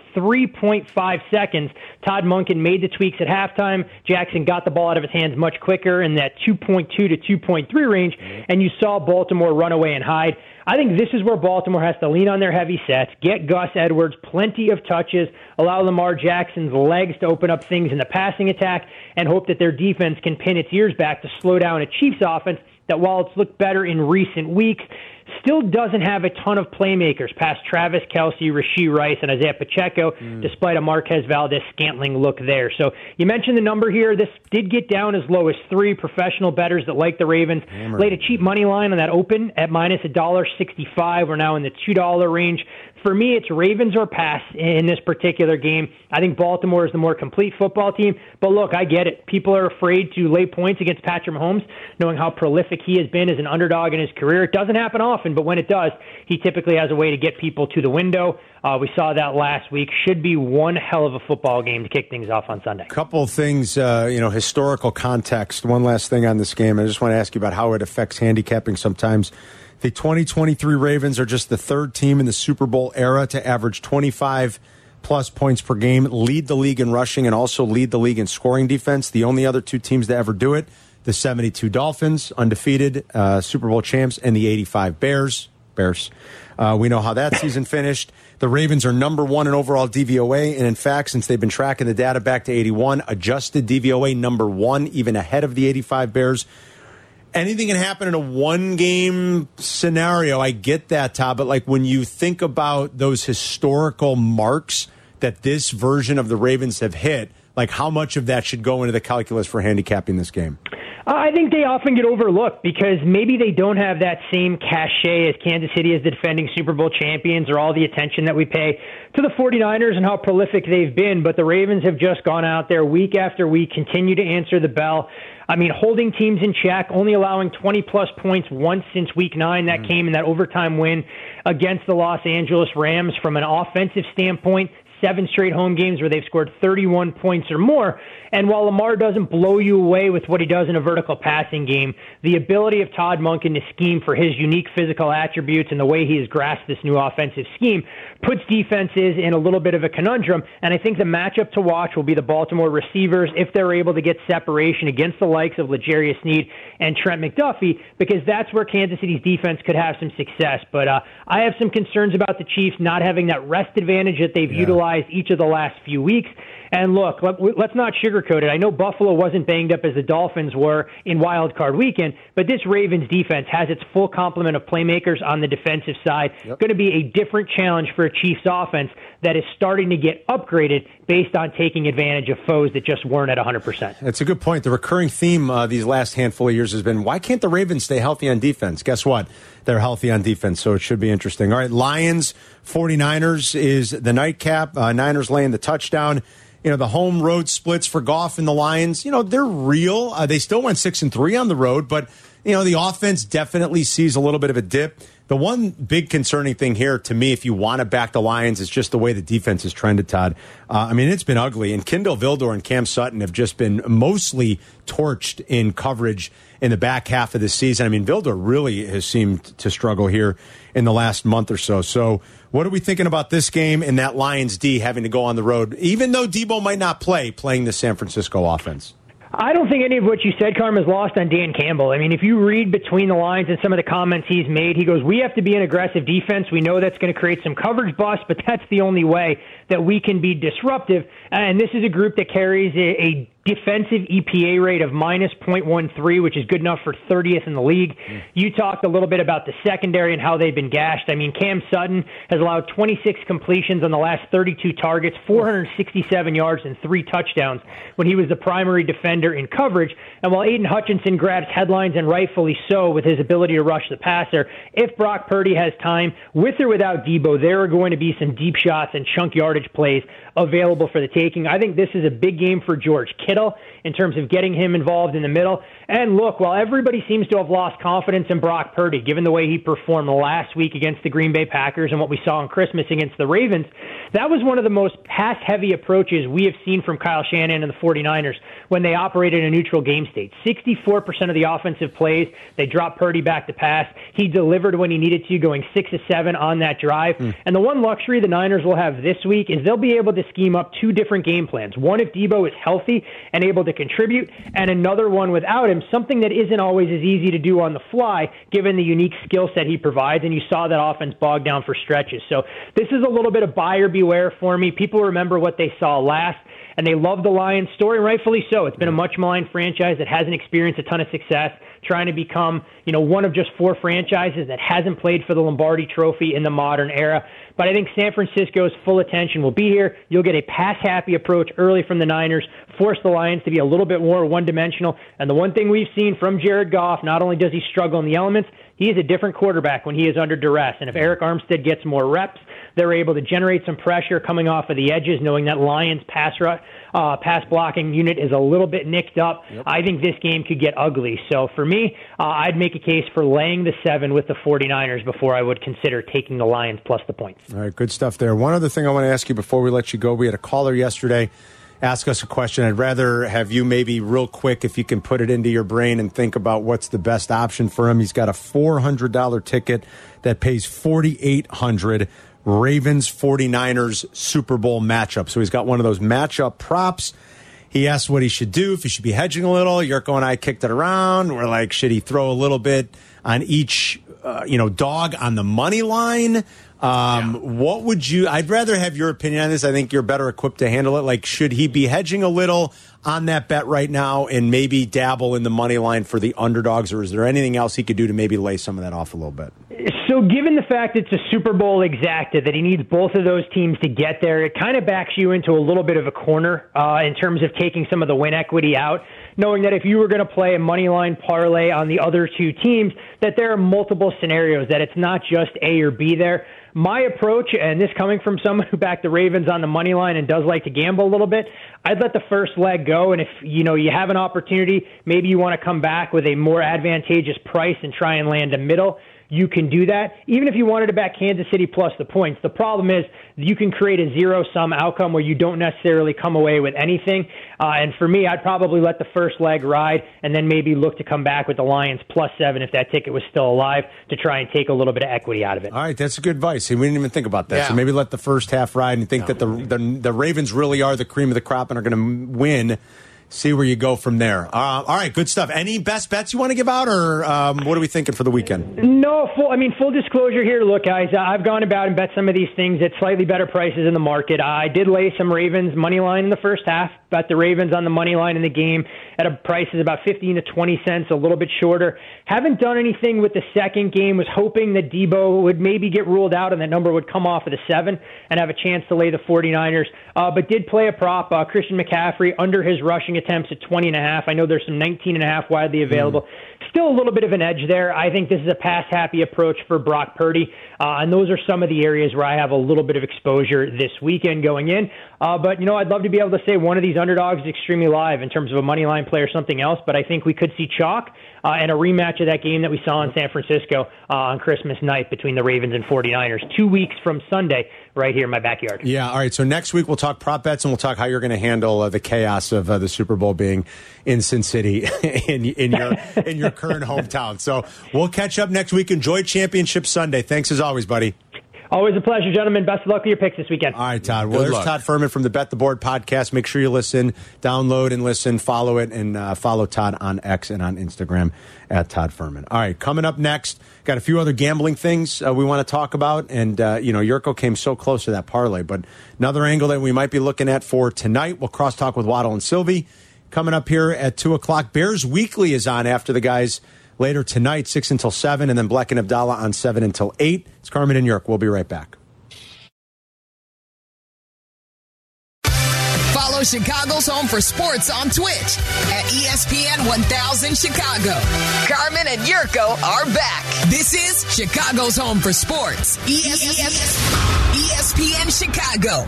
3.5 seconds. Todd Munkin made the tweaks at halftime. Jackson got the ball out of his hands much quicker in that 2.2 to 2.3 range, and you saw Baltimore run away and hide. I think this is where Baltimore has to lean on their heavy sets, get Gus Edwards plenty of touches, allow Lamar Jackson's legs to open up things in the passing attack, and hope that their defense can pin its ears back to slow down a Chiefs offense that while it's looked better in recent weeks, still doesn't have a ton of playmakers past Travis Kelsey, Rasheed Rice, and Isaiah Pacheco, despite a Marquez Valdez Scantling look there. So you mentioned the number here. This did get down as low as three. Professional bettors that like the Ravens Hammered. laid a cheap money line on that open at minus a dollar sixty-five. We're now in the two dollar range. For me, it's Ravens or pass in this particular game. I think Baltimore is the more complete football team. But look, I get it. People are afraid to lay points against Patrick Mahomes, knowing how prolific he has been as an underdog in his career. It doesn't happen often, but when it does, he typically has a way to get people to the window. Uh, we saw that last week. Should be one hell of a football game to kick things off on Sunday. couple things, uh, you know, historical context. One last thing on this game. I just want to ask you about how it affects handicapping sometimes. The 2023 Ravens are just the third team in the Super Bowl era to average 25 plus points per game, lead the league in rushing, and also lead the league in scoring defense. The only other two teams to ever do it the 72 Dolphins, undefeated uh, Super Bowl champs, and the 85 Bears. Bears. Uh, we know how that season finished. The Ravens are number one in overall DVOA, and in fact, since they've been tracking the data back to 81, adjusted DVOA number one, even ahead of the 85 Bears. Anything can happen in a one game scenario. I get that, Todd, but like when you think about those historical marks that this version of the Ravens have hit, like how much of that should go into the calculus for handicapping this game? I think they often get overlooked because maybe they don't have that same cachet as Kansas City as the defending Super Bowl champions or all the attention that we pay to the 49ers and how prolific they've been. But the Ravens have just gone out there week after week, continue to answer the bell. I mean, holding teams in check, only allowing 20 plus points once since week nine. That came in that overtime win against the Los Angeles Rams from an offensive standpoint seven straight home games where they've scored 31 points or more. And while Lamar doesn't blow you away with what he does in a vertical passing game, the ability of Todd Munkin to scheme for his unique physical attributes and the way he has grasped this new offensive scheme puts defenses in a little bit of a conundrum. And I think the matchup to watch will be the Baltimore receivers if they're able to get separation against the likes of Legarius Need and Trent McDuffie, because that's where Kansas City's defense could have some success. But uh, I have some concerns about the Chiefs not having that rest advantage that they've utilized each of the last few weeks. And look, let, let's not sugarcoat it. I know Buffalo wasn't banged up as the Dolphins were in Wild Card Weekend, but this Ravens defense has its full complement of playmakers on the defensive side. Going to be a different challenge for a Chiefs offense that is starting to get upgraded based on taking advantage of foes that just weren't at 100%. That's a good point. The recurring theme uh, these last handful of years has been why can't the Ravens stay healthy on defense? Guess what? They're healthy on defense, so it should be interesting. All right, Lions 49ers is the nightcap. Uh, Niners laying the touchdown. You know, the home road splits for Goff and the Lions, you know, they're real. Uh, they still went 6 and 3 on the road, but, you know, the offense definitely sees a little bit of a dip. The one big concerning thing here to me, if you want to back the Lions, is just the way the defense has trended, Todd. Uh, I mean, it's been ugly. And Kendall Vildor and Cam Sutton have just been mostly torched in coverage in the back half of the season. I mean, Vildor really has seemed to struggle here in the last month or so. So, what are we thinking about this game and that Lions D having to go on the road, even though Debo might not play, playing the San Francisco offense? I don't think any of what you said, Carm, is lost on Dan Campbell. I mean, if you read between the lines and some of the comments he's made, he goes, We have to be an aggressive defense. We know that's going to create some coverage bust, but that's the only way that we can be disruptive. And this is a group that carries a, a defensive EPA rate of minus 0.13, which is good enough for 30th in the league. You talked a little bit about the secondary and how they've been gashed. I mean, Cam Sutton has allowed 26 completions on the last 32 targets, 467 yards, and three touchdowns when he was the primary defender in coverage. And while Aiden Hutchinson grabs headlines, and rightfully so, with his ability to rush the passer, if Brock Purdy has time, with or without Debo, there are going to be some deep shots and chunk yardage plays available for the taking. I think this is a big game for George Kittle in terms of getting him involved in the middle. And look, while everybody seems to have lost confidence in Brock Purdy, given the way he performed last week against the Green Bay Packers and what we saw on Christmas against the Ravens, that was one of the most pass heavy approaches we have seen from Kyle Shannon and the 49ers when they operated in a neutral game state. 64% of the offensive plays, they dropped Purdy back to pass. He delivered when he needed to, going 6 to 7 on that drive. And the one luxury the Niners will have this week is they'll be able to scheme up two different game plans. One if Debo is healthy and able to contribute, and another one without him, something that isn't always as easy to do on the fly given the unique skill set he provides. And you saw that offense bogged down for stretches. So this is a little bit of buyer beware for me. People remember what they saw last. And they love the Lions story, and rightfully so. It's been a much maligned franchise that hasn't experienced a ton of success, trying to become, you know, one of just four franchises that hasn't played for the Lombardi Trophy in the modern era. But I think San Francisco's full attention will be here. You'll get a pass happy approach early from the Niners, force the Lions to be a little bit more one dimensional. And the one thing we've seen from Jared Goff, not only does he struggle in the elements, he is a different quarterback when he is under duress. And if Eric Armstead gets more reps, they're able to generate some pressure coming off of the edges, knowing that Lions pass ru- uh, pass blocking unit is a little bit nicked up. I think this game could get ugly. So for me, uh, I'd make a case for laying the seven with the 49ers before I would consider taking the Lions plus the points. All right, good stuff there. One other thing I want to ask you before we let you go. We had a caller yesterday ask us a question. I'd rather have you maybe real quick, if you can put it into your brain and think about what's the best option for him. He's got a $400 ticket that pays 4800 Ravens 49ers Super Bowl matchup. So he's got one of those matchup props. He asked what he should do, if he should be hedging a little. Yurko and I kicked it around. We're like, should he throw a little bit on each, uh, you know, dog on the money line? Um, What would you? I'd rather have your opinion on this. I think you're better equipped to handle it. Like, should he be hedging a little on that bet right now, and maybe dabble in the money line for the underdogs, or is there anything else he could do to maybe lay some of that off a little bit? So, given the fact it's a Super Bowl exacta, that he needs both of those teams to get there, it kind of backs you into a little bit of a corner uh, in terms of taking some of the win equity out, knowing that if you were going to play a money line parlay on the other two teams, that there are multiple scenarios, that it's not just A or B there. My approach, and this coming from someone who backed the Ravens on the money line and does like to gamble a little bit, I'd let the first leg go. And if you know you have an opportunity, maybe you want to come back with a more advantageous price and try and land a middle you can do that. Even if you wanted to back Kansas City plus the points, the problem is you can create a zero sum outcome where you don't necessarily come away with anything. Uh, and for me, I'd probably let the first leg ride and then maybe look to come back with the Lions plus seven if that ticket was still alive to try and take a little bit of equity out of it. All right, that's good advice. See, we didn't even think about that. Yeah. So maybe let the first half ride and think that the, the the Ravens really are the cream of the crop and are going to win. See where you go from there. Uh, all right, good stuff. Any best bets you want to give out, or um, what are we thinking for the weekend? No, full. I mean, full disclosure here. Look, guys, uh, I've gone about and bet some of these things at slightly better prices in the market. I did lay some Ravens money line in the first half. Bet the Ravens on the money line in the game at a price is about fifteen to twenty cents, a little bit shorter. Haven't done anything with the second game. Was hoping that Debo would maybe get ruled out and that number would come off of the seven and have a chance to lay the 49ers. Uh, but did play a prop, uh, Christian McCaffrey under his rushing attempts at twenty and a half. I know there's some nineteen and a half widely available. Still a little bit of an edge there. I think this is a pass happy approach for Brock Purdy. Uh, and those are some of the areas where I have a little bit of exposure this weekend going in. Uh, but, you know, I'd love to be able to say one of these underdogs is extremely live in terms of a money line play or something else. But I think we could see chalk uh, and a rematch of that game that we saw in San Francisco uh, on Christmas night between the Ravens and 49ers, two weeks from Sunday, right here in my backyard. Yeah. All right. So next week we'll talk prop bets and we'll talk how you're going to handle uh, the chaos of uh, the Super Bowl being in Sin City in in your in your current hometown. So we'll catch up next week. Enjoy Championship Sunday. Thanks as always, buddy. Always a pleasure, gentlemen. Best of luck with your picks this weekend. All right, Todd. Well, there's Todd Furman from the Bet the Board podcast. Make sure you listen, download and listen, follow it, and uh, follow Todd on X and on Instagram at Todd Furman. All right, coming up next, got a few other gambling things uh, we want to talk about. And, uh, you know, Yurko came so close to that parlay, but another angle that we might be looking at for tonight, we'll crosstalk with Waddle and Sylvie. coming up here at 2 o'clock. Bears Weekly is on after the guys later tonight, 6 until 7, and then Black and Abdallah on 7 until 8. It's Carmen and York. We'll be right back. Follow Chicago's Home for Sports on Twitch at E ESPN 1000 Chicago. Carmen and Yurko are back. This is Chicago's Home for Sports. E ESPN Chicago.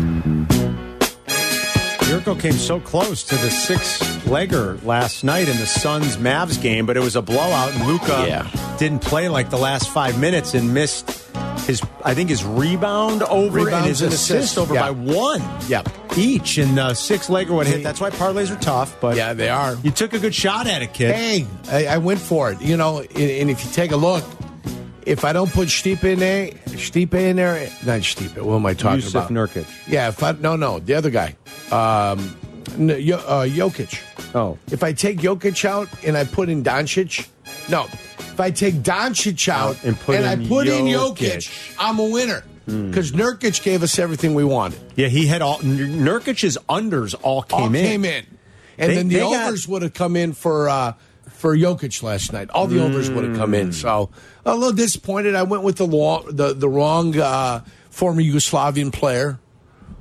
Yurko came so close to the six-legger last night in the Suns-Mavs game, but it was a blowout, and Luca didn't play like the last five minutes and missed his, I think, his rebound over and Rebounds, his assist, assists, over yeah. by one. Yep. Each and uh, six-legger would hit. That's why parlays are tough, but yeah, they are. You took a good shot at it, kid. Hey, I, I went for it. You know, and, and if you take a look, if I don't put Stipe in there, Stipe in there, not Stipe. What am I talking Yusuf about? Nurkic. Yeah, if I no no the other guy, um, n- Yo- uh, Jokic. Oh, if I take Jokic out and I put in Doncic, no. If I take Doncic out and put in I put in Jokic. Jokic, I'm a winner because Nurkic gave us everything we wanted. Hmm. Yeah, he had all N- Nurkic's unders all came All in. came in, and They- then the they got- overs would have come in for uh, for Jokic last night. All the overs would have come Mm. in. So a little disappointed. I went with the law, the the wrong uh, former Yugoslavian player.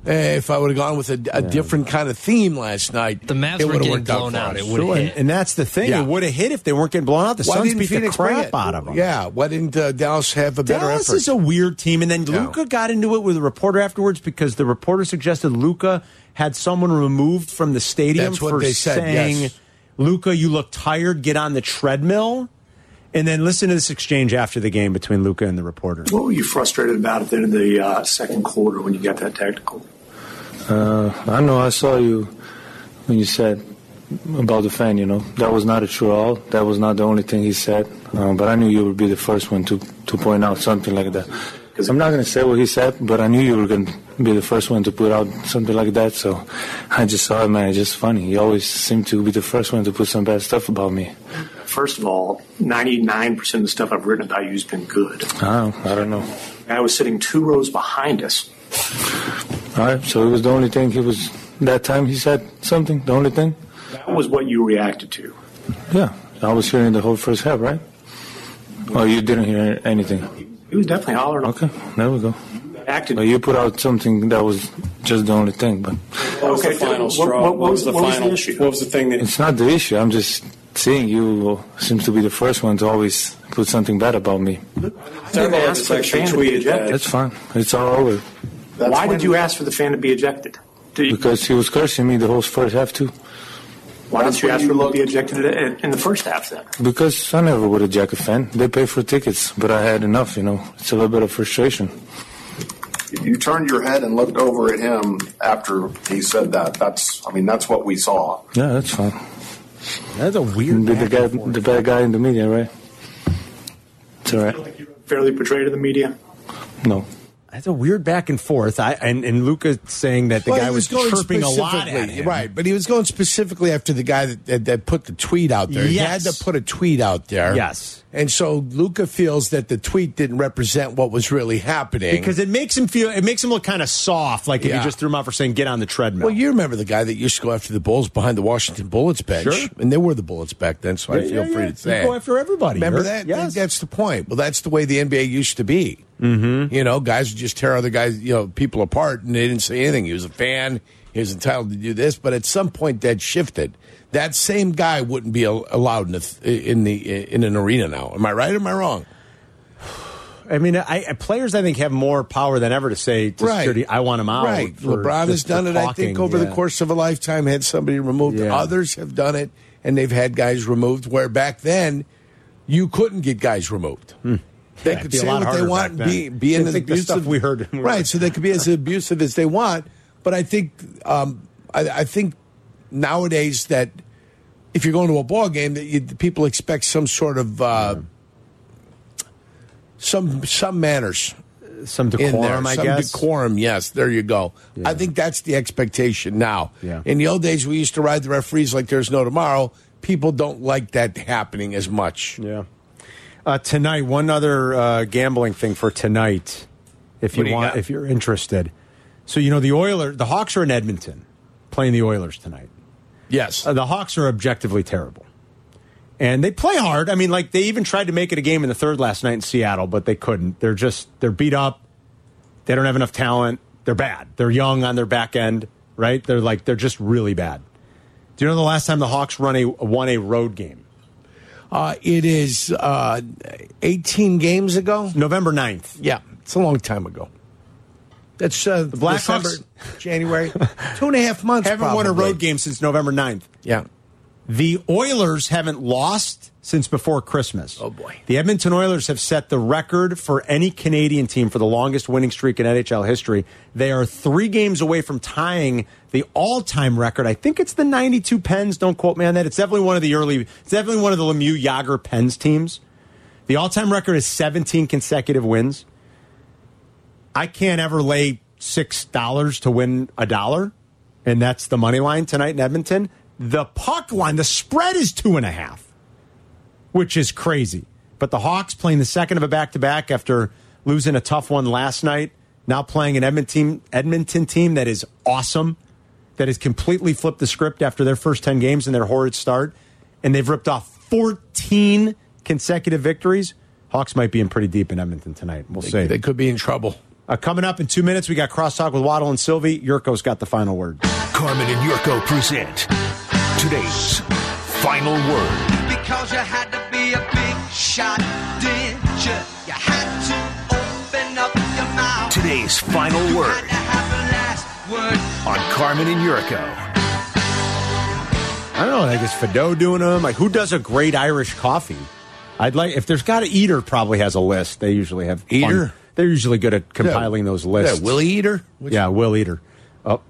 Eh, If I would have gone with a, a different kind of theme last night, the Mavs were getting blown out. It would've hit. And that's the thing. Yeah. It would have hit if they weren't getting blown out. The Why Suns didn't beat Phoenix the bring crap it? out of them. Yeah, why didn't uh, Dallas have a better Dallas effort? is a weird team, and then Yeah. Luca got into it with a reporter afterwards because the reporter suggested Luca had someone removed from the stadium That's what for they said, saying, yes. "Luca, you look tired. Get on the treadmill." And then listen to this exchange after the game between Luca and the reporter. What were you frustrated about at the end of the uh, second quarter when you got that tactical? Uh, I know I saw you when you said about the fan, you know. That was not a true all. That was not the only thing he said. Um, but I knew you would be the first one to, to point out something like that. I'm not going to say what he said, but I knew you were going to be the first one to put out something like that. So I just saw it, man. It's just funny. You always seem to be the first one to put some bad stuff about me. First of all, 99% of the stuff I've written about you has been good. I don't, I don't know. I was sitting two rows behind us. All right. So it was the only thing he was, that time he said something, the only thing? That was what you reacted to. Yeah. I was hearing the whole first half, right? Oh, you didn't hear anything. He was definitely hollering. Okay, there we go. Acted. you put out something that was just the only thing, but What was the final straw? What, was the final? issue? What was the thing it's not the issue. I'm just seeing you seems to be the first one to always put something bad about me. didn't ask for the fan to be ejected. That's fine. It's all over Why did you ask for the fan to be ejected? because he was cursing me the whole first half too. Why didn't you ask for him to be ejected in- in the first half then? Because I never would have jack a fan. They pay for tickets, but I had enough. You know, it's a little bit of frustration. You turned your head and looked over at him after he said that. That's, I mean, that's what we saw. Yeah, that's fine. That's a weird. Be the guy, the bad guy in the media, right? It's all right. Fairly portrayed to the media. No. That's a weird back and forth. I and, and Luca saying that the Well, guy he was, chirping a lot at specifically- him. Right, but he was going specifically after the guy that, that, that put the tweet out there. He had Yes. to put a tweet out there. Yes. And so Luca feels that the tweet didn't represent what was really happening. because it makes him feel it makes him look kind of soft like if Yeah. you just threw him out for saying get on the treadmill well, you remember the guy that used to go after the Bulls behind the Washington Bullets bench. Sure. And they were the Bullets back then, so I Yeah, feel yeah, free yeah. to say. You go it. after everybody. Remember You're- that? Yes. That's the point. Well, that's the way the NBA used to be. Mm-hmm. You know, guys would just tear other guys, you know, people apart, and they didn't say anything. He was a fan. He was entitled to do this, but at some point that shifted. That same guy wouldn't be al- allowed in the th- in the in an arena now. Am I right? or Am I wrong? i mean I, I- players i think have more power than ever to say to Right. security i want him out right. for- LeBron has just for done it. I think talking." over the Yeah. course of a lifetime, had somebody removed. Yeah. Others have done it, and they've had guys removed. Where back then, you couldn't get guys removed. They Hmm. Yeah, it'd could be a say lot what they harder want, back and be then. be Didn't in as think the abusive. stuff we heard when we were- right, so they could be as abusive as they want. But I think, um, I, I think nowadays that if you're going to a ball game, that you, people expect some sort of uh, some some manners, some in there, decorum i some guess Hmm. decorum. Yes, there you go. I think that's the expectation now. Yeah. In the old days, we used to ride the referees like there's no tomorrow. People don't like that happening as much. Yeah. Uh, tonight, one other uh, gambling thing for tonight, if What do you you want, got? if you're interested. So you know the Oilers, the Hawks are in Edmonton, playing the Oilers tonight. Uh, Yes. the Hawks are objectively terrible. And they play hard. I mean, like, they even tried to make it a game in the third last night in Seattle, but they couldn't. They're just, they're beat up. They don't have enough talent. They're bad. They're young on their back end, right? They're like, they're just really bad. Do you know the last time the Hawks run a, won a road game? Uh, it is uh, 18 games ago. November 9th. Yeah, it's a long time ago. That's uh, the Blackhawks- January, two and a half months. Haven't won a probably. road game since November 9th. Yeah. The Oilers haven't lost since before Christmas. Oh, boy. The Edmonton Oilers have set the record for any Canadian team for the longest winning streak in NHL history. They are three games away from tying the all time record. I think it's the 92 Pens. Don't quote me on that. It's definitely one of the early, it's definitely one of the Lemieux Yager Pens teams. The all time record is 17 consecutive wins. I can't ever lay six dollars to win a dollar, and that's the money line tonight in Edmonton. The puck line, the spread is two and a half, which is crazy. But the Hawks playing the second of a back to back after losing a tough one last night, now playing an Edmonton Edmonton team that is awesome, that has completely flipped the script after their first ten games and their horrid start, and they've ripped off fourteen consecutive victories. Hawks might be in pretty deep in Edmonton tonight. We'll see. They could be in trouble. Uh, coming up in two minutes, we got crosstalk with Waddle and Sylvie. Yurko's got the final word. Carmen and Yurko present today's final word. Because you had to be a big shot, did you? You had to open up your mouth. Today's final word Last word. on Carmen and Yurko. I don't know. Like is Fido doing them? Like who does a great Irish coffee? I'd like if there's got a Eater probably has a list. They usually have fun- Eater? They're usually good at compiling those lists. Yeah, Willie Eater. yeah, Will Eater. Oh,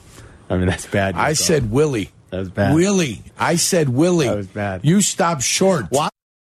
I mean that's bad. I said Willie. That was bad. Willie. I said Willie. That was bad. You stopped short. Why?